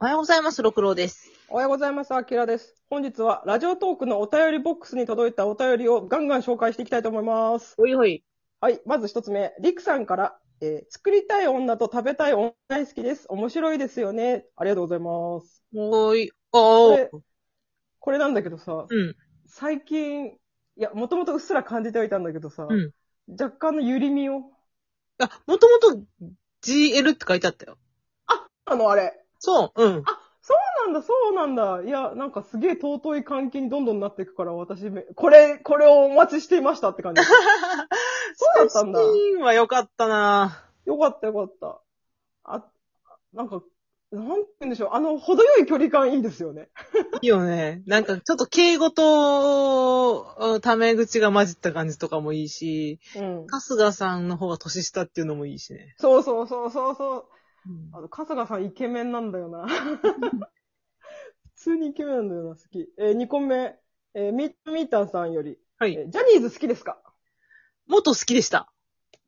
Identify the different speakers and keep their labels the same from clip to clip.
Speaker 1: おはようございます、六郎です。
Speaker 2: おはようございます。あきらです。本日はラジオトークのお便りボックスに届いたお便りをガンガン紹介していきたいと思います。
Speaker 1: おいおい。
Speaker 2: はい。まず一つ目。りくさんから、えー作りたい女と食べたい女大好きです。面白いですよね。ありがとうございます。
Speaker 1: おーい、おー。
Speaker 2: これなんだけどさ、
Speaker 1: うん。
Speaker 2: 最近、いや、もともとうっすら感じてはいたんだけどさ、
Speaker 1: うん
Speaker 2: 若干のゆりみを。
Speaker 1: あ、もともと GL って書いてあったよ。
Speaker 2: あの、あれ。
Speaker 1: そう、うん。
Speaker 2: なんだ、そうなんだ。いや、なんかすげえ尊い関係にどんどんなっていくから、私め、これ、これをお待ちしていましたって感じ。そうだったんだ
Speaker 1: スピンは良かったな
Speaker 2: よかったよかった。あ、なんか、なんて言うんでしょう。あの、程よい距離感いいですよね。
Speaker 1: いいよね。なんかちょっと敬語と、うんタメ口が混じった感じとかもいいし、
Speaker 2: うん。
Speaker 1: 春日さんの方が年下っていうのもいいしね。
Speaker 2: そうそうそうそうそう。あの、春日さんイケメンなんだよな。 普通にイケメンなんだよな、好き。えー、2個目。えー、ミートミータンさんより。
Speaker 1: はい
Speaker 2: えージャニーズ好きですか
Speaker 1: 元好きでした。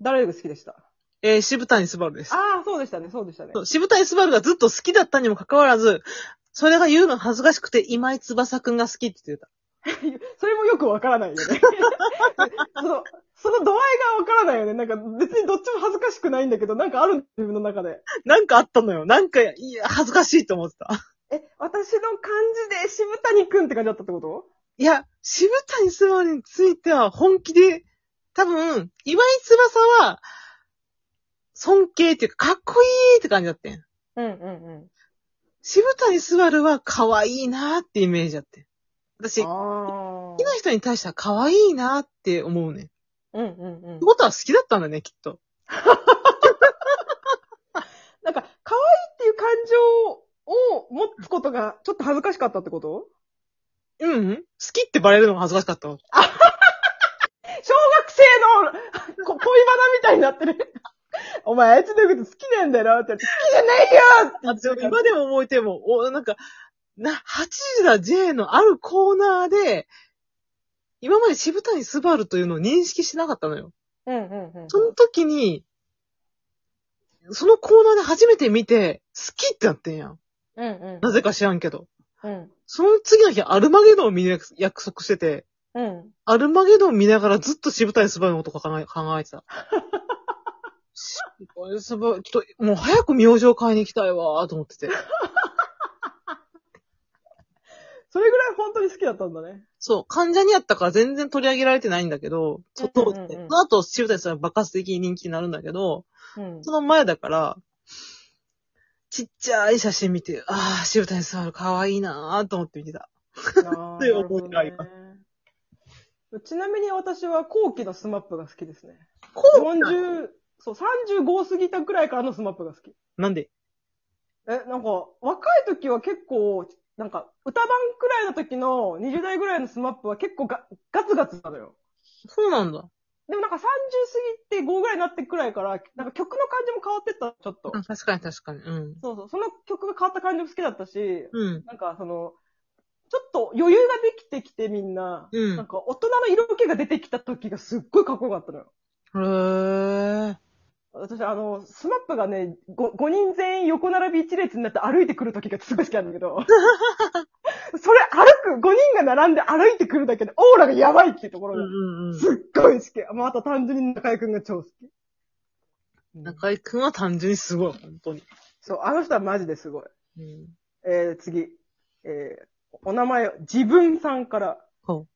Speaker 2: 誰が好きでした
Speaker 1: えー、渋谷すばるです。
Speaker 2: ああ、そうでしたね、そうでしたね
Speaker 1: そ。う渋谷すばるがずっと好きだったにもかかわらず、それが言うの恥ずかしくて、今井翼くんが好きって言ってた。
Speaker 2: それもよくわからないよね。 その、その度合いがわからないよね。なんか別にどっちも恥ずかしくないんだけど、なんかある自分の中で。
Speaker 1: なんかあったのよ。なんか、いや、恥ずかしいと思ってた。
Speaker 2: え、私の感じで渋谷くんって感じだったってこと
Speaker 1: いや、渋谷すばるについては本気で、多分、今井翼は、尊敬っていうか、かっこいいって感じだったん。
Speaker 2: うんうん
Speaker 1: 渋谷すばるは可愛いなってイメージだって。私、好
Speaker 2: ああ
Speaker 1: き。な人に対しては可愛いなって思うね。って
Speaker 2: うんうんうん。
Speaker 1: ことは好きだったんだね、きっと。
Speaker 2: なんか、可愛いっていう感情を持つことがちょっと恥ずかしかったってこと
Speaker 1: うん、うん、好きってバレるのが恥ずかしかったの。
Speaker 2: 小学生のこ恋バナ みたいになってる。 お前、あいつのこと好きなんだよって言って、好きじゃないよ
Speaker 1: あでも今でも覚えても、お、なんか、な、8時だ J のあるコーナーで、今まで渋谷スバルというのを認識しなかったのよ。
Speaker 2: うんうんうん
Speaker 1: その時に、そのコーナーで初めて見て、好きってなってんやん。
Speaker 2: うん
Speaker 1: なぜか知らんけど。
Speaker 2: うん。
Speaker 1: その次の日、アルマゲドンを見る約束してて、
Speaker 2: うん。
Speaker 1: アルマゲドン見ながらずっと渋谷スバルのこと考え 考えて た。渋谷スバル、ちょっと、もう早く明星買いに行きたいわーと思ってて。
Speaker 2: それぐらい本当に好きだったんだね。
Speaker 1: そう、患者にあったから全然取り上げられてないんだけど、そ
Speaker 2: うん
Speaker 1: う
Speaker 2: うんうん
Speaker 1: その後、渋谷さんは爆発的に人気になるんだけど、
Speaker 2: うん
Speaker 1: その前だから、ちっちゃい写真見て、ああ、渋谷さん可愛いなーと思って見てた。
Speaker 2: あー
Speaker 1: という思いがあります
Speaker 2: なるほどねちなみに私は後期のスマップが好きですね。
Speaker 1: こ
Speaker 2: 40、そう、35過ぎたくらいからのスマップが好き。
Speaker 1: なんで
Speaker 2: え、なんか、若い時は結構、なんか、歌番くらいの時の20代ぐらいのスマップは結構ガガツガツなのよ。
Speaker 1: そうなんだ。
Speaker 2: でもなんか30過ぎて5ぐらいになってくらいから、なんか曲の感じも変わってった、ちょっと
Speaker 1: う。ん確かに確かに。うん。
Speaker 2: そうそう、その曲が変わった感じも好きだったし、
Speaker 1: うん。
Speaker 2: なんかその、ちょっと余裕ができてきてみんな、
Speaker 1: うん
Speaker 2: なんか大人の色気が出てきた時がすっごいかっこよかったのよ。
Speaker 1: へー。
Speaker 2: 私、あの、スマップがね、5, 人全員横並び一列になって歩いてくる時がすごい好きなんだけど、 それ歩く、5人が並んで歩いてくるだけでオーラがやばいっていうとこ
Speaker 1: う
Speaker 2: ろ
Speaker 1: ん
Speaker 2: が、
Speaker 1: うんうん。
Speaker 2: すっごい好き。まあ、あと単純に中居くんが超好き。うん
Speaker 1: 中井くんは単純にすごい、本当に。
Speaker 2: そう、あの人はマジですごい。
Speaker 1: うん。
Speaker 2: えー、次。えー、お名前、自分さんから
Speaker 1: ほ。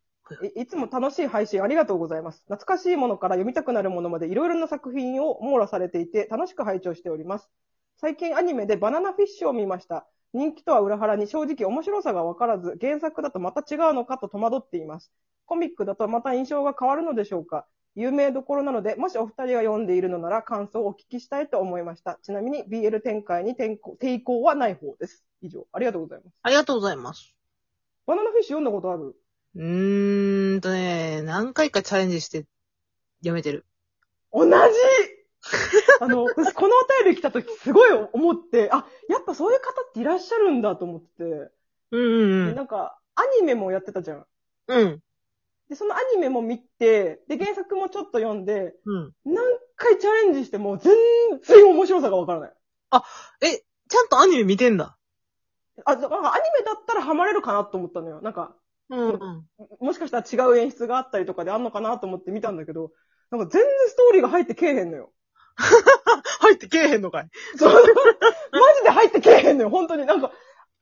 Speaker 2: いいつも楽しい配信ありがとうございます。懐かしいものから読みたくなるものまでいろいろな作品を網羅されていて楽しく拝聴しております。最近アニメでバナナフィッシュを見ました。人気とは裏腹に正直面白さがわからず原作だとまた違うのかと戸惑っています。コミックだとまた印象が変わるのでしょうか有名どころなので、もしお二人が読んでいるのなら感想をお聞きしたいと思いました。ちなみに BL 展開に転向抵抗はない方です。以上、ありがとうございます。
Speaker 1: ありがとうございます。
Speaker 2: バナナフィッシュ読んだことある
Speaker 1: うーんとね、何回かチャレンジして、やめてる。
Speaker 2: 同じ あの、私このお便り来た時すごい思って、あ、やっぱそういう方っていらっしゃるんだと思ってて、
Speaker 1: うんうんうん。
Speaker 2: なんか、アニメもやってたじゃん。
Speaker 1: うん。
Speaker 2: で、そのアニメも見て、で、原作もちょっと読んで、
Speaker 1: うん。
Speaker 2: 何回チャレンジしても全然面白さがわからない。
Speaker 1: え、ちゃんとアニメ見てんだ。
Speaker 2: あ、なんかアニメだったらハマれるかなと思ったのよ。なんか、
Speaker 1: うんうん。
Speaker 2: もしかしたら違う演出があったりとかであんのかなと思って見たんだけど、なんか全然ストーリーが入ってけえへんのよ。
Speaker 1: 入ってけえへんのかい。
Speaker 2: そう。 マジで入ってけえへんのよ、本当に。なんか、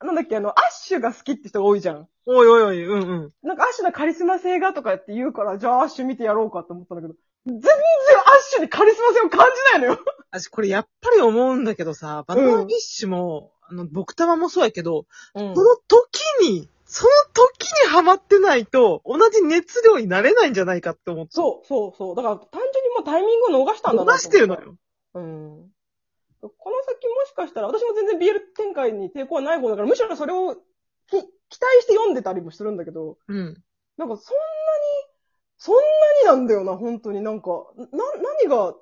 Speaker 2: なんだっけ、あの、アッシュが好きって人が多いじゃん。
Speaker 1: おいおいおい、うんうん。
Speaker 2: なんかアッシュのカリスマ性がとかって言うから、じゃあアッシュ見てやろうかと思ったんだけど、全然アッシュにカリスマ性を感じないのよ。
Speaker 1: 私、これやっぱり思うんだけどさ、バナナフィッシュも、あの、僕玉もそうやけど、
Speaker 2: うん
Speaker 1: その時に、その時にハマってないと、同じ熱量になれないんじゃないかって思って。
Speaker 2: そう、そう、そう。だから単純にもうタイミングを逃したんだなと思
Speaker 1: 出してるの。よ。
Speaker 2: うん。この先もしかしたら、私も全然 BL 展開に抵抗はない方だから、むしろそれをき期待して読んでたりもするんだけど、
Speaker 1: うん。
Speaker 2: なんかそんなに、そんなになんだよな、本当に。なんか、な、何が、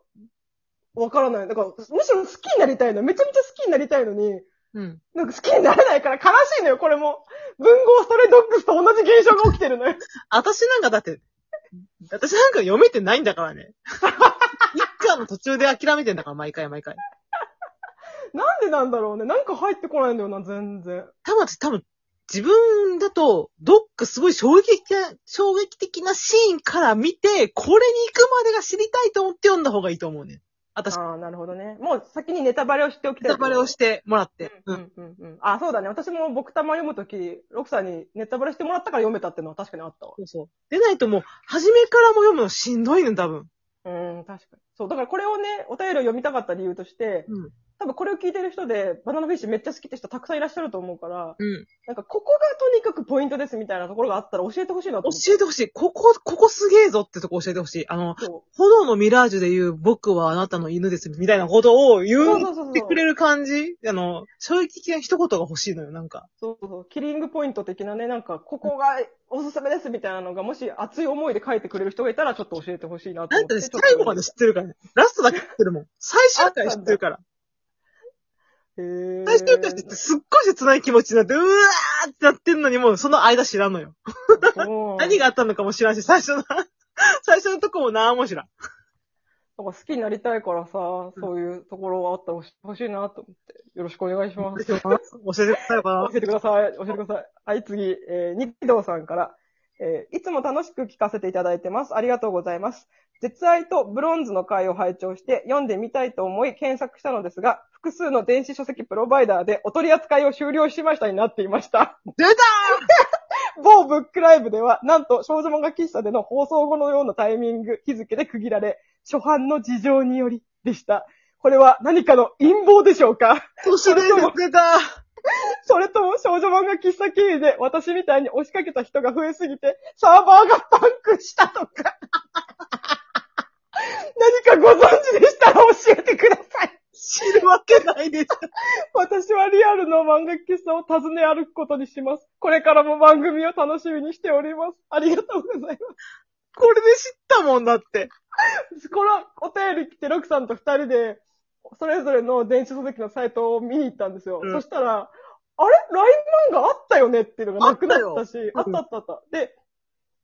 Speaker 2: わからない。だから、むしろ好きになりたいの。めちゃめちゃ好きになりたいのに、
Speaker 1: うん。
Speaker 2: なんか好きになれないから悲しいのよ、これも。文豪ストレイドッグスと同じ現象が起きてるのよ。
Speaker 1: 私なんかだって、私なんか読めてないんだからね。 一巻の途中で諦めてんだから、毎回毎回。
Speaker 2: なんでなんだろうね。なんか入ってこないんだよな、全然。
Speaker 1: たまち多分、自分だと、どっかすごい衝撃的な、衝撃的なシーンから見て、これに行くまでが知りたいと思って読んだ方がいいと思うね。私、
Speaker 2: ああ、なるほどね。もう先にネタバレをしておきたい。
Speaker 1: ネタバレをしてもらって。
Speaker 2: う
Speaker 1: うん。
Speaker 2: んうんうん。あ、そうだね。私も僕たま読むとき、ロクさんにネタバレしてもらったから読めたっていうのは確かにあったわ。
Speaker 1: そうそう。でないともう、初めからも読むのしんどいね、多分。
Speaker 2: うん、確かに。そう、だからこれをね、お便りを読みたかった理由として、
Speaker 1: うん
Speaker 2: 多分これを聞いてる人で、バナナフィッシュめっちゃ好きって人たくさんいらっしゃると思うから、
Speaker 1: うん。
Speaker 2: なんかここがとにかくポイントですみたいなところがあったら教えてほしいなと思って。
Speaker 1: 教えてほしい。ここ、ここすげえぞってとこ教えてほしい。あの、
Speaker 2: そう
Speaker 1: 炎のミラージュで言う、僕はあなたの犬です、みたいなことを言
Speaker 2: そうそうそう
Speaker 1: う
Speaker 2: そう
Speaker 1: ってくれる感じあの、衝撃的な一言が欲しいのよ、なんか。
Speaker 2: そうそうそう。キリングポイント的なね、なんかここがおすすめですみたいなのが、もし熱い思いで書いてくれる人がいたらちょっと教えてほしいなと
Speaker 1: だ
Speaker 2: 思
Speaker 1: っ
Speaker 2: って。
Speaker 1: て最後まで知ってるからね。ラストだけ知ってるもん。最終回知ってるから。
Speaker 2: へー
Speaker 1: 最終回知ってすっごい切ない気持ちになって、うわーってなってんのにもうその間知らんのよ。
Speaker 2: そう
Speaker 1: 何があったのかも知らんし、最初の、 最初のとこも何も知らん。
Speaker 2: なんか好きになりたいからさ、そういうところはあったら欲しいなと思って。よろしくお願いします。
Speaker 1: 教えてください
Speaker 2: 教えてください。教えてください。はい、次、えー、ニキドウさんから、えーいつも楽しく聞かせていただいてます。ありがとうございます。絶愛とブロンズの回を拝聴して読んでみたいと思い検索したのですが、複数の電子書籍プロバイダーでお取り扱いを終了しましたになっていました。
Speaker 1: 出た
Speaker 2: 某ブックライブでは、なんと少女漫画喫茶での放送後のようなタイミング、日付で区切られ、初版の事情によりでした。これは何かの陰謀でしょうか
Speaker 1: 都市伝説出た
Speaker 2: それとも少女漫画喫茶経由で私みたいに押しかけた人が増えすぎて、サーバーがパンクしたとか。 何かご存知でしたら教えてください。
Speaker 1: 知るわけないでしょ。
Speaker 2: 私はリアルの漫画喫茶を訪ね歩くことにします。これからも番組を楽しみにしております。ありがとうございます。
Speaker 1: これで知ったもんだって。
Speaker 2: このお便り来て、ロクさんと二人で、それぞれの電子書籍のサイトを見に行ったんですよ。
Speaker 1: うん
Speaker 2: そしたら、あれライン漫画あったよねっていうのがなくなったし、あ
Speaker 1: あ
Speaker 2: っ
Speaker 1: ったた
Speaker 2: あったあった。で、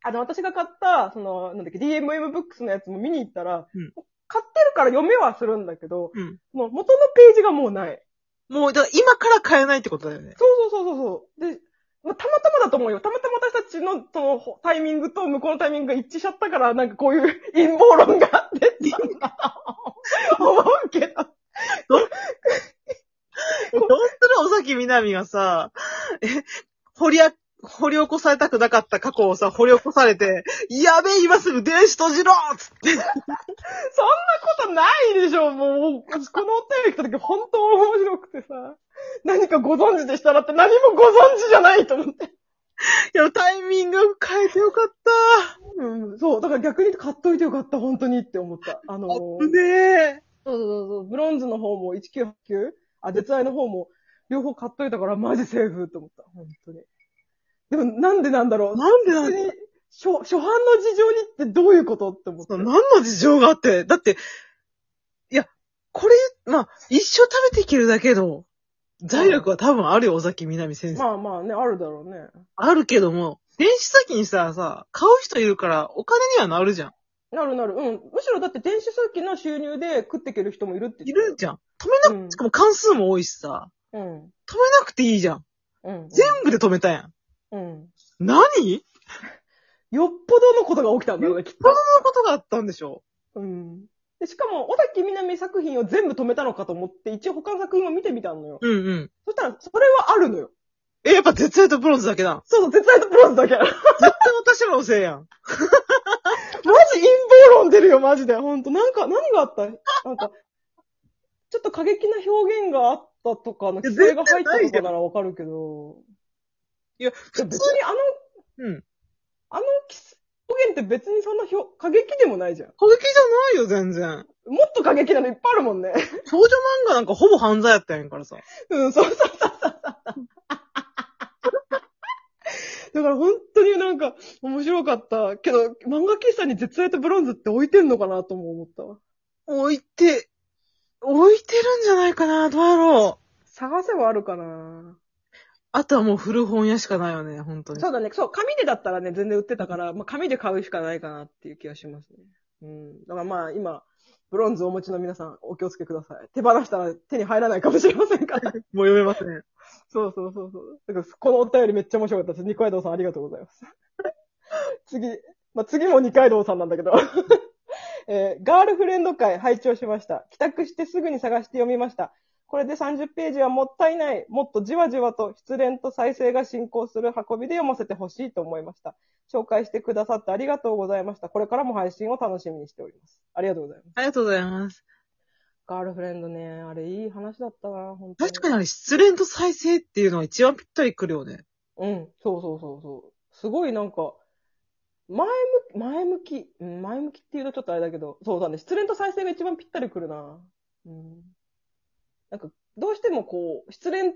Speaker 2: あの、私が買った、その、なんだっけ、DMM ブックスのやつも見に行ったら、
Speaker 1: うん
Speaker 2: 買ってるから読めはするんだけど、
Speaker 1: うん
Speaker 2: もう元のページがもうない。
Speaker 1: もう、だから今から変えないってことだよね。
Speaker 2: そうそうそうそうそう。で、まあ、たまたまだと思うよ。たまたま私たちのそのタイミングと向こうのタイミングが一致しちゃったから、なんかこういう 陰謀論が出たんだと思うけど。
Speaker 1: どうする尾崎みなみがさ、え、掘りあ、掘り起こされたくなかった過去をさ、掘り起こされて、やべえ、今すぐ電子閉じろっつって。
Speaker 2: そんなことないでしょ、もう。このお便り来た時本当面白くてさ。何かご存知でしたらって何もご存知じゃないと思って。
Speaker 1: いや、タイミング変えてよかった。
Speaker 2: うん、そう。だから逆に買っといてよかった、本当にって思った。あのー
Speaker 1: あぶねえ。
Speaker 2: そうそうそう。ブロンズの方も1989、あ、絶愛の方も、両方買っといたからマジセーフと思った。本当に。でもなんでなんだろう。
Speaker 1: なんでなん
Speaker 2: 普通
Speaker 1: だ
Speaker 2: に、初、初版の事情にってどういうことって思った。
Speaker 1: 何の事情があって。だって、いや、これ、まあ、一生食べていけるだけど、財力は多分あるよ、尾崎みなみ先生。
Speaker 2: まあまあね、あるだろうね。
Speaker 1: あるけども、電子先にさ、さ、買う人いるから、お金にはなるじゃん。
Speaker 2: なるなる。うん。むしろだって電子書籍の収入で食っていける人もいるって
Speaker 1: い
Speaker 2: 言っ
Speaker 1: るじゃん。止めなく、
Speaker 2: うん
Speaker 1: しかも関数も多いしさ、
Speaker 2: てたよ。うん。
Speaker 1: 止めなくていいじゃん。
Speaker 2: うん。
Speaker 1: 全部で止めたやん。
Speaker 2: うん。
Speaker 1: 何そういう
Speaker 2: よっぽどのことが起きたんだろうね、きっと。
Speaker 1: ことがあったんでしょ
Speaker 2: うん。で、しかも、小崎みなみ作品を全部止めたのかと思って、一応他の作品を見てみたのよ。
Speaker 1: うんうん。
Speaker 2: そしたら、それはあるのよ。
Speaker 1: え、やっぱ絶愛とブロンズだけだ。
Speaker 2: そうそう、絶対とブロンズだけ。マジ
Speaker 1: 絶対私らのせいやん。
Speaker 2: 陰謀論出るよ、マジで。ほんと。なんか、何があったなんか、ちょっと過激な表現があったとかの規制が入ったとかならわかるけど、
Speaker 1: いや、
Speaker 2: いや
Speaker 1: 普
Speaker 2: 別
Speaker 1: 通、
Speaker 2: にあの、
Speaker 1: うん。
Speaker 2: あの規制表現って別にそんなひょ過激でもないじゃん。
Speaker 1: 過激じゃないよ、全然。
Speaker 2: もっと過激なのいっぱいあるもんね。
Speaker 1: 少女漫画なんかほぼ犯罪やったんやからさ。
Speaker 2: うん、そうそうそうそうそう。だから本当になんか面白かった。けど、漫画喫茶に絶愛とブロンズって置いてんのかなとも思ったわ。
Speaker 1: 置いて、置いてるんじゃないかな、どうやろう。
Speaker 2: 探せばあるかな
Speaker 1: あとはもう古本屋しかないよね、本当に。
Speaker 2: そうだね。そう、紙でだったらね、全然売ってたから、まあ紙で買うしかないかなっていう気がしますね。うん。だからまあ今、ブロンズをお持ちの皆さんお気をつけください。手放したら手に入らないかもしれませんか
Speaker 1: も
Speaker 2: ら。
Speaker 1: う読めません。
Speaker 2: そうそうそうそう。だからこのお便りめっちゃ面白かったです。二階堂さんありがとうございます。 次、まあ、次も二階堂さんなんだけど。 えーガールフレンド会拝聴しました。帰宅してすぐに探して読みました。これで30ページはもったいない。もっとじわじわと失恋と再生が進行する運びで読ませてほしいと思いました。紹介してくださってありがとうございました。これからも配信を楽しみにしております。ありがとうございます。
Speaker 1: ありがとうございます。
Speaker 2: ガールフレンドね、あれいい話だったな、本当
Speaker 1: 確かにあれ、失恋と再生っていうのは一番ぴったりくるよね。
Speaker 2: うん、そうそうそうそう。すごいなんか、前向き、前向き、うん前向きっていうとちょっとあれだけど、そうだね、失恋と再生が一番ぴったりくるな。うん。なんか、どうしてもこう、失恋